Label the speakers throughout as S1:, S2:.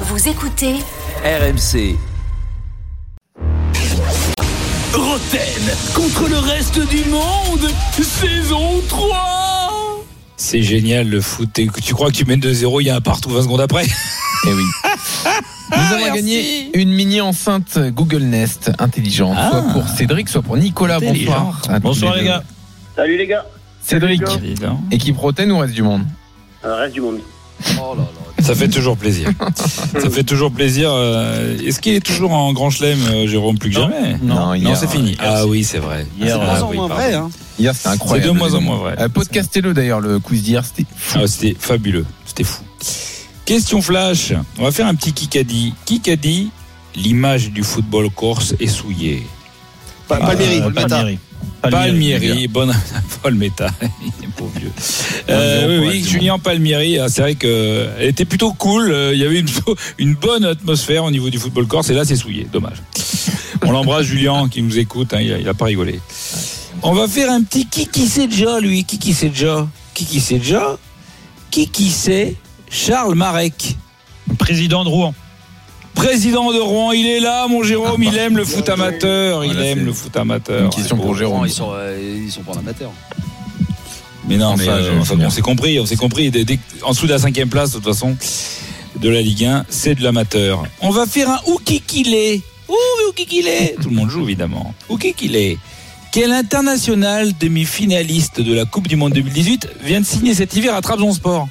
S1: Vous écoutez
S2: RMC.
S3: Roten contre le reste du monde, saison 3
S4: C'est génial le foot. T'es- Tu crois que tu mènes 2-0, il y a un partout 20 secondes après
S5: Eh oui. Nous avons gagné une mini enceinte Google Nest intelligente,
S4: Ah.
S5: soit pour Cédric, soit pour Nicolas. Bonsoir. à tous
S4: Bonsoir
S5: deux.
S4: les gars.
S6: Salut les gars,
S5: Cédric, équipe Roten ou reste du monde
S6: Euh, reste du monde.
S4: Ça fait toujours plaisir. Ça fait toujours plaisir. euh, Est-ce qu'il est toujours en grand chelem, euh, Jérôme, plus que jamais
S5: Non,
S4: Non,
S5: hier,
S4: c'est fini. Ah oui, c'est vrai.
S5: Hier,
S4: Ah,
S5: euh,
S4: oui, pardon.
S5: Hier, c'était
S4: C'est
S5: incroyable.
S4: de moins en moins vrai.
S5: Euh, Podcastez-le d'ailleurs, le quiz d'hier, c'était fou.
S4: Ah, C'était fabuleux. C'était fou. Question flash. On va faire un petit Kikadi. Kikadi, l'image du football corse est souillée.
S7: Palmieri,
S5: Euh,
S4: Palmieri, bonne Palmeta, il est pauvre vieux. Euh, oui, oui, Julien Palmieri, ah, c'est vrai que elle était plutôt cool. euh, Il y avait une, une bonne atmosphère au niveau du football corse et là c'est souillé, dommage. On l'embrasse Julien qui nous écoute, hein, il, a, il a pas rigolé. On va faire un petit qui qui sait déjà lui, qui qui sait déjà, qui qui sait déjà, qui qui sait Charles Marek,
S7: président de Rouen.
S4: président de Rouen, il est là mon Jérôme, il aime le foot amateur, il
S5: Voilà, c'est
S4: aime le foot
S5: Une
S4: amateur.
S5: question pour Jérôme.
S8: Ils sont, euh, ils sont pas en amateur.
S4: Ah Mais non,
S5: Enfin,
S4: mais, euh,
S5: je-
S4: enfin,
S5: je-
S4: on s'est compris, on s'est compris. Dès- dès- en dessous de la cinquième place, de toute façon, de la Ligue 1, c'est de l'amateur. On va faire un où qui qu'il est. Ouh, où qui qu'il est. Tout le monde joue, évidemment. Où qui qu'il est. Quel international demi-finaliste de la Coupe du Monde 2018 vient de signer cet hiver à Trabzonsport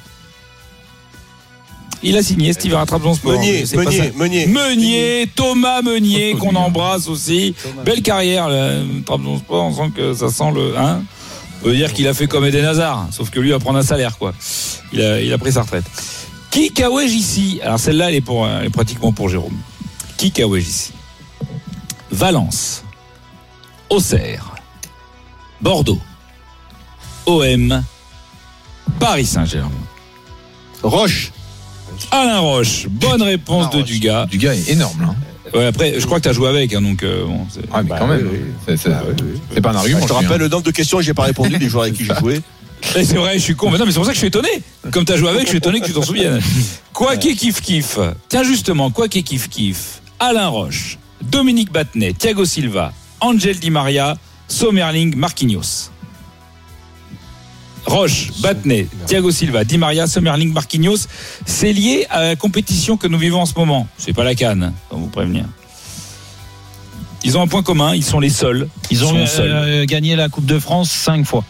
S4: Il a signé cet hiver à Trabzonsport.
S7: Meunier,
S4: C'est pas ça.
S7: Meunier, Meunier.
S4: Meunier, Thomas Meunier, qu'on embrasse aussi.
S8: Thomas.
S4: Belle carrière, là, Trabzonsport, on sent que ça sent le. Hein on peut dire qu'il a fait comme Eden Hazard, sauf que lui va prendre un salaire, quoi. Il a, il a pris sa retraite. Qui Kawaj ici Alors celle-là, elle, est pour- elle est pratiquement pour Jérôme. Qui Kawaj ici Valence, Auxerre, Bordeaux, OM, Paris Saint-Germain.
S7: Roche.
S4: Alain Roche, bonne réponse
S8: Alain
S4: de
S8: Roche.
S4: Dugas.
S5: Du gars est énorme, là.
S4: Ouais, après, je crois que t'as joué avec, hein, donc euh, bon, c'est-
S5: Ah, mais quand même. C'est-
S4: Bah
S5: C'est c'est pas un argument.
S7: je te
S5: Julien.
S7: rappelle le nombre de questions que j'ai pas répondu des joueurs avec qui j'ai joué.
S4: Eh, c'est vrai, je suis con. Mais non, mais c'est pour ça que je suis étonné. Comme t'as joué avec, je suis étonné que tu t'en souviennes. Quoi qu'il kiff kiff. Tiens, justement, quoi qu'il kiff kiff. Alain Roche, Dominique Battenet, Thiago Silva, Angel Di Maria, Sommerling, Marquinhos. Roche, Battenet, Thiago Silva, Di Maria, Sommerling, Marquinhos, c'est lié à la compétition que nous vivons en ce moment. C'est pas la canne, on vous prévenir. Ils ont un point commun, ils sont les seuls.
S7: Ils
S4: sont
S7: ont, euh,
S4: seuls.
S7: Gagner la Coupe de France 5 fois.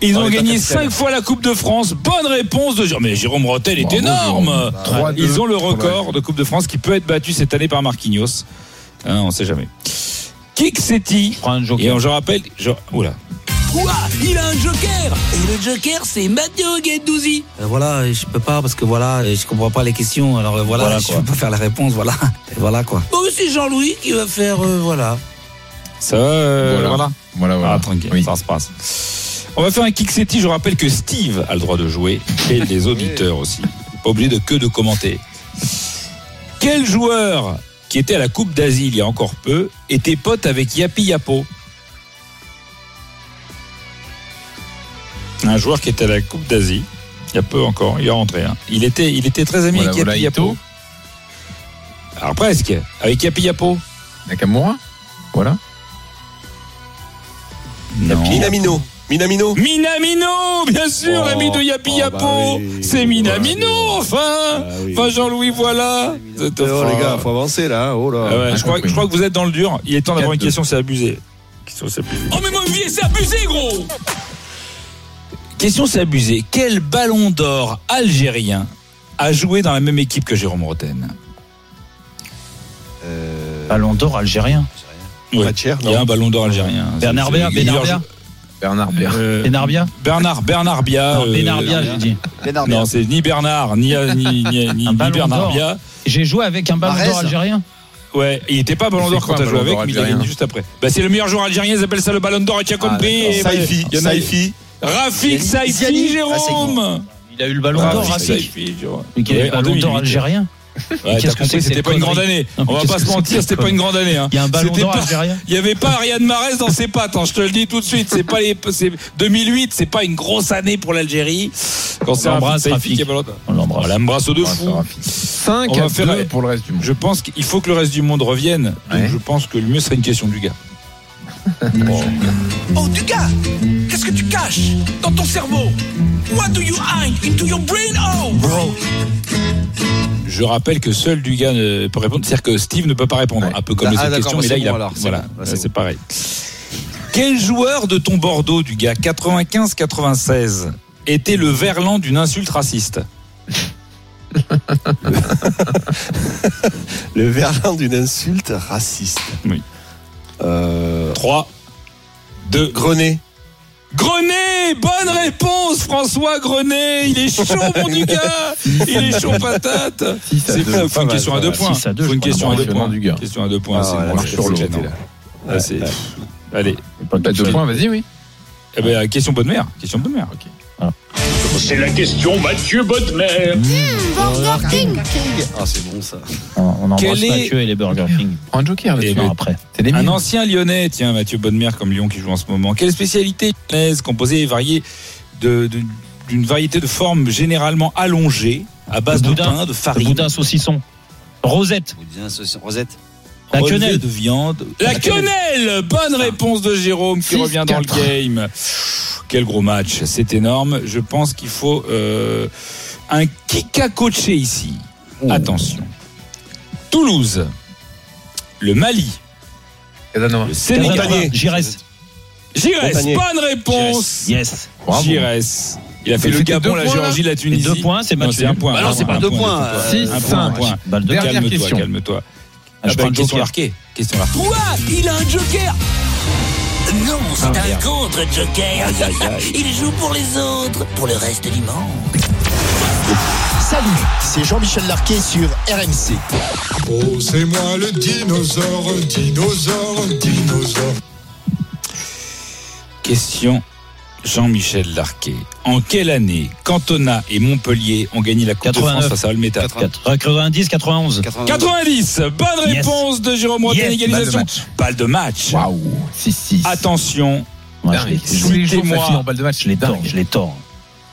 S4: Ils ont
S7: Dans les
S4: gagné
S7: capitales.
S4: cinq fois la Coupe de France. Bonne réponse de Jérôme. Mais Jérôme Rotel est
S5: Bravo,
S4: énorme.
S5: Jérôme. 3-2.
S4: Ils ont le record de Coupe de France qui peut être battu cette année par Marquinhos. Hein, on ne sait jamais. Kick City.
S7: Prends un
S4: Et on- je rappelle. Je... Oula.
S3: Quoi Il a un joker Et le joker, c'est Matteo Guendouzi
S9: Euh, voilà, je peux pas parce que voilà, je comprends pas les questions. Alors euh, voilà, je peux pas faire la réponse, voilà. Et voilà quoi. Bon, Oh, c'est Jean-Louis qui va faire euh, voilà.
S4: Ça va euh,
S5: Voilà.
S4: voilà.
S5: Voilà, voilà.
S4: Ah, tranquille,
S5: Oui.
S4: ça se passe. On va faire un kick city. Je rappelle que Steve a le droit de jouer et les auditeurs aussi. Pas obligé de que de commenter. Quel joueur qui était à la Coupe d'Asie il y a encore peu était pote avec Yapi Yapo Un joueur qui était à la Coupe d'Asie il y a peu encore, il est rentré. hein. Il, était, il était très ami
S5: Voilà,
S4: avec
S5: voilà,
S4: Yapi
S5: Ito.
S4: Yapo. Alors presque, avec Yapi Yapo.
S5: Nakamura Voilà.
S4: Non.
S7: Minamino. Minamino.
S4: Minamino, bien sûr,
S7: Oh,
S4: l'ami de Yapi Yapo.
S7: bah
S4: c'est Minamino, enfin. Enfin, Jean-Louis, voilà. C'est-
S7: Oh,
S4: enfin,
S7: avancer là. Oh là.
S4: ah ouais, je, crois, je crois que vous êtes dans le dur. Il est temps d'avoir une
S5: 4-2.
S4: question, c'est abusé. Question, c'est abusé.
S3: Oh mais mon vieil, c'est abusé gros
S4: Question, c'est abusé. Quel ballon d'or algérien a joué dans la même équipe que Jérôme Roten
S7: Ballon d'or algérien.
S4: Ouais.
S7: Matcher,
S4: Il y a
S7: Euh, non.
S4: un ballon d'or algérien.
S7: Bernard
S4: C'est-
S7: Bia,
S4: c'est-
S7: Bernard
S4: il-
S7: Bia.
S5: Bernard Blair.
S4: euh,
S7: Benarbia
S4: Bernard, Bernard Bia.
S7: Non,
S4: euh,
S7: Benarbia, j'ai dit.
S8: Bernard
S4: Non, c'est ni Bernard, ni, ni, ni, ni
S7: Un ballon
S4: Bernard
S7: d'or.
S4: Bia.
S7: J'ai joué avec un
S4: Ah,
S7: ballon
S8: Barrez
S7: d'or algérien.
S4: Ouais, il était pas ballon
S5: C'est
S4: d'or
S5: quoi
S4: quand t'as
S5: un
S4: joué
S5: Ballon
S4: avec,
S5: d'Or
S4: mais il a gagné
S5: algérien
S4: juste après. Bah, c'est le meilleur joueur algérien, ils appellent ça le ballon d'or, et tu as compris.
S5: d'accord.
S4: et bah,
S7: Saifi.
S4: il y en a-
S7: Saifi.
S4: Rafik Saifi,
S8: Ziani. Ah, c'est
S4: Jérôme
S7: Il a eu le ballon
S4: Rafik
S7: d'or. Rafik.
S4: Saifi, Jérôme.
S7: Mais quel est
S4: Ouais,
S7: le
S4: en
S7: ballon d'or
S4: 2008.
S7: algérien
S4: Ouais,
S7: Qu'est-ce
S4: t'as
S7: que
S4: compris,
S7: c'est que
S4: c'était
S7: cette
S4: pas une grande
S7: connerie
S4: année.
S7: Non, mais
S4: On va
S7: qu'est-ce
S4: pas
S7: que
S4: se
S7: c'est que
S4: mentir,
S7: cette
S4: c'était pas
S7: connerie
S4: une grande année. hein.
S7: Il y a un ballon
S4: C'était
S7: d'or
S4: pas-
S7: algérien.
S4: Il y avait pas Ariane Marès dans ses pattes, hein, je te le dis tout de suite. C'est pas les, c'est 2008, c'est pas une grosse année pour l'Algérie. Quand c'est un
S7: l'embrasse,
S4: Rafik
S7: Rafik.
S4: qui est ballon d'or.
S7: On l'embrasse.
S4: Voilà, un brasse de fou.
S5: 5
S4: On
S5: à
S4: va faire-
S5: 2 pour le reste du monde.
S4: Je pense qu'il faut que le reste du monde revienne. Donc
S5: Ouais.
S4: je pense que le mieux serait une question du gars.
S3: Oh, Dugas, qu'est-ce que tu caches dans ton cerveau What do you hide into your brain? Oh, bro.
S4: Je rappelle que seul Dugas ne peut répondre, c'est-à-dire que Steve ne peut pas répondre,
S5: Ouais.
S4: un peu comme
S8: Ah,
S4: les autres
S8: d'accord,
S4: questions.
S8: bah,
S4: mais là,
S8: c'est
S4: il a,
S8: bon, alors, c'est
S4: voilà,
S8: bon, là,
S4: c'est,
S8: c'est
S4: pareil. Quel joueur de ton Bordeaux, Dugas, 95-96, était le verlan d'une insulte raciste
S1: Le verlan d'une insulte raciste.
S4: Oui.
S1: Euh,
S4: 3, 2,
S1: Grenet.
S4: Grenet Bonne réponse, François Grenet Il est chaud, mon Dugas Il est chaud, patate
S5: Six à
S4: C'est
S5: deux.
S4: fou, faut une question à deux
S7: six
S4: points.
S7: à deux,
S4: Faut
S7: je
S4: une
S7: crois,
S4: question à deux
S5: l'impression
S4: points.
S5: du gars.
S4: Question à deux points, c'est
S1: ouais,
S4: une
S1: là,
S4: marche
S1: c'est
S4: sur l'eau.
S1: éclaté, là.
S4: Là, Ah, c'est- Allez,
S5: Pas de Bah, points, vas-y, oui.
S4: eh ben, question bonne mère. Question bonne mère.
S2: C'est la question Mathieu Bodmer.
S8: Ah, c'est bon ça.
S7: On embrasse
S4: Quel est-
S7: Mathieu et les Burger King.
S5: Prends un joker
S4: Et
S5: là-dessus.
S4: ben,
S7: Eh Non, après.
S5: C'est les
S4: Un
S5: miens.
S4: ancien lyonnais, tiens, Mathieu Bonnemer, comme Lyon qui joue en ce moment. Quelle spécialité lyonnaise composée et variée de- de- d'une variété de formes généralement allongées à base
S7: Le
S4: de
S7: boudin.
S4: pain, de
S7: Le
S4: farine,
S7: boudin saucisson. Rosette.
S8: Vous dites, association- Rosette.
S7: La
S4: relevés
S7: quenelle.
S4: de viande. La
S7: La
S4: quenelle Bonne réponse de Jérôme qui
S5: Six,
S4: revient dans le
S5: quatre.
S4: game. Quel gros match, c'est énorme. Je pense qu'il faut euh, un kick à coacher ici. Attention. Toulouse, le Mali,
S5: Casanova.
S4: le Sénégal,
S1: Montagnier.
S7: Giresse.
S4: Giresse,
S1: Montagnier.
S4: bonne réponse.
S7: Yes.
S5: Bravo.
S4: Giresse. Il a fait
S5: Mais
S4: le
S5: c'était
S4: Gabon,
S5: deux
S4: la
S5: points, là
S4: Géorgie, la
S7: Et
S4: Tunisie.
S7: deux points, c'est
S4: Non,
S7: match.
S4: c'est un point.
S8: Bah non, c'est pas
S4: Un
S8: deux
S4: point,
S8: points,
S4: deux
S8: euh,
S5: Six,
S4: Un point, un
S5: cinq.
S4: point.
S7: Balle de
S5: Dernière
S4: Calme-toi,
S5: question.
S4: calme-toi.
S7: Ah,
S4: Ah
S7: je
S4: bah,
S7: prends le
S4: question
S7: joker.
S4: marquée. Question marquée.
S3: Quoi Il a un joker Non, c'est un
S4: Ah, merde.
S3: contre-joker.
S4: Aïe, aïe, aïe.
S3: Il joue pour les autres, pour le reste du monde.
S10: Salut, c'est Jean-Michel Larquet sur RMC.
S2: Oh, c'est moi le dinosaure, dinosaure, dinosaure.
S4: Question Jean-Michel Larquet. En quelle année Cantona et Montpellier ont gagné la Coupe de
S7: 89.
S4: France face à Olmeta
S7: 90, 91.
S4: 90 Bonne
S7: Yes.
S4: réponse de Jérôme Rotten,
S7: Yes,
S4: égalisation. Balle de match.
S5: Waouh, 6-6.
S4: Attention,
S7: Ouais,
S5: Dingue.
S7: je
S5: Tous les jours, ça
S4: Citez-moi.
S5: finit en balle de match.
S7: les- je les
S5: Dingue.
S7: tords. Je les tords.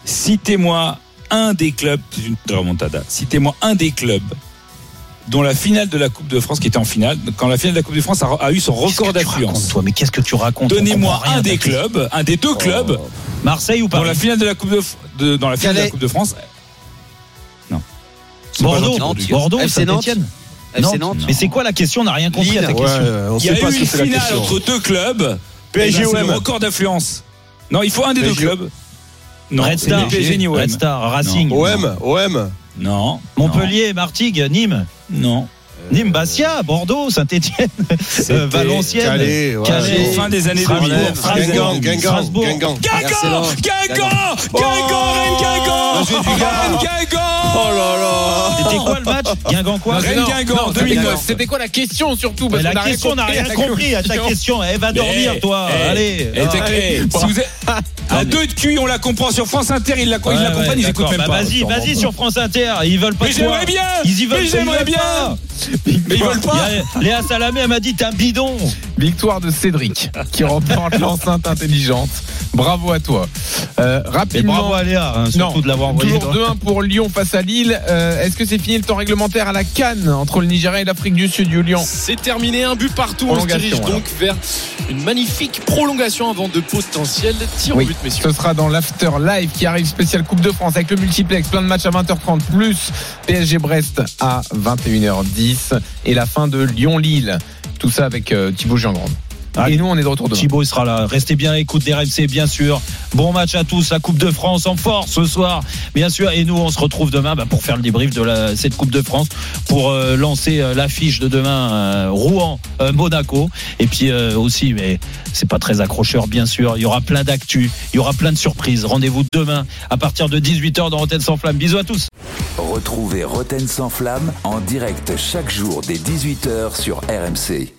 S4: citez-moi un des clubs c'est une remontada. Citez-moi un des clubs dont la finale de la Coupe de France qui était en finale, quand la finale de la Coupe de France a, a eu son record
S7: Qu'est-ce que tu racontes,
S4: d'affluence.
S7: Toi, mais qu'est-ce que tu racontes On
S4: Donnez-moi
S7: comprend rien Oh,
S4: un des
S7: à ta question.
S4: clubs, un des deux clubs
S7: Marseille ou
S4: dans
S7: Paris
S4: la finale de la Coupe de, F- de- dans la finale de la
S8: Calais.
S4: Coupe de France. Non. C'est pas
S7: Bordeaux,
S4: gentil pour
S8: Nantes.
S4: Dugas.
S7: Bordeaux,
S8: FC Nantes.
S7: Saint-Etienne.
S8: FC Ah, Nantes.
S7: Mais c'est quoi la question On n'a rien compris
S8: Lille.
S7: à ta
S1: Ouais,
S7: question.
S1: euh, on
S4: Il y a
S1: sait pas
S4: eu
S1: ce que
S4: une
S1: c'est la
S4: finale
S1: question.
S4: entre deux clubs.
S1: PSG
S4: Eh ben, c'est
S1: OM.
S4: le record d'affluence. Non, il faut un des deux
S1: PSG.
S4: clubs. Non,
S7: Red
S4: c'est ni
S7: Star,
S4: PSG ni OM.
S7: Red Star, Racing,
S1: OM, OM.
S4: Non.
S7: Montpellier, Martigues, Nîmes, Euh,
S4: Non.
S7: Nîmes, Bastia, Bordeaux, Saint-Etienne,
S4: C'était
S7: Valenciennes,
S1: Calais, ouais.
S7: Calais,
S4: Fin des années
S7: Strasbourg,
S4: 2000.
S1: Guingamp,
S7: Strasbourg,
S1: Guingamp, Guingamp.
S7: Strasbourg.
S4: Guingamp
S8: Barcelone.
S4: Guingamp Guingamp Rennes Guingamp
S1: Monsieur Dugas.
S4: Rennes Guingamp Oh là
S7: C'était quoi le match
S4: Oh.
S7: Guingamp quoi
S4: Rennes Guingamp
S5: c'était
S4: 2009.
S5: quoi- C'était quoi la question surtout
S7: Mais
S5: parce
S7: la
S5: qu'on a rien
S7: question, on n'a
S5: compris
S7: rien compris à ta question. Eh, va dormir, toi.
S4: eh,
S7: Allez.
S4: Et t'es clair. Si vous êtes à deux de QI, on la comprend. Sur France Inter, ils la, ils la comprennent, ils écoutent même pas.
S7: Bah, Vas-y, vas-y sur France Inter. Ils veulent pas
S4: Mais
S7: de toi.
S4: j'aimerais bien
S7: Ils y veulent
S4: Mais
S7: ils veulent
S4: j'aimerais bien
S7: pas.
S4: Mais ils veulent pas
S7: Il y a- Léa Salamé, elle m'a dit, t'es un bidon.
S5: Victoire de Cédric qui remporte l'enceinte intelligente. Bravo à toi. Euh,
S7: Et
S5: rapidement.
S7: bravo à Léa, hein,
S5: Non.
S7: surtout de l'avoir envoyé.
S5: Toujours 2-1 pour Lyon face à Lille. Euh, Est-ce que c'est fini le temps réglementaire à la Cannes entre le Nigeria et l'Afrique du Sud, Lyon
S2: C'est terminé, un but partout. On se
S5: Prolongation,
S2: dirige
S5: alors.
S2: donc vers une magnifique prolongation avant de potentiels tirs
S5: Oui.
S2: au but, messieurs.
S5: Ce sera dans l'After Live qui arrive spécial Coupe de France avec le multiplex, plein de matchs à 20h30 plus PSG Brest à 21h10 et la fin de Lyon-Lille. Tout ça avec euh, Thibaut Giangrande.
S7: Allez.
S5: Et nous on est de retour demain.
S7: Thibaut il sera là. Restez bien à l'écoute des RMC, bien sûr. Bon match à tous. La Coupe de France en force ce soir, bien sûr. Et nous, on se retrouve demain bah, pour faire le débrief de la- cette Coupe de France, pour euh, lancer euh, l'affiche de demain euh, Rouen, euh, Monaco. Et puis euh, aussi, mais c'est pas très accrocheur, bien sûr. Il y aura plein d'actu, il y aura plein de surprises. Rendez-vous demain à partir de 18h dans Antenne sans flamme. Bisous à tous.
S11: Retrouvez Roten sans flamme en direct chaque jour dès 18h sur RMC.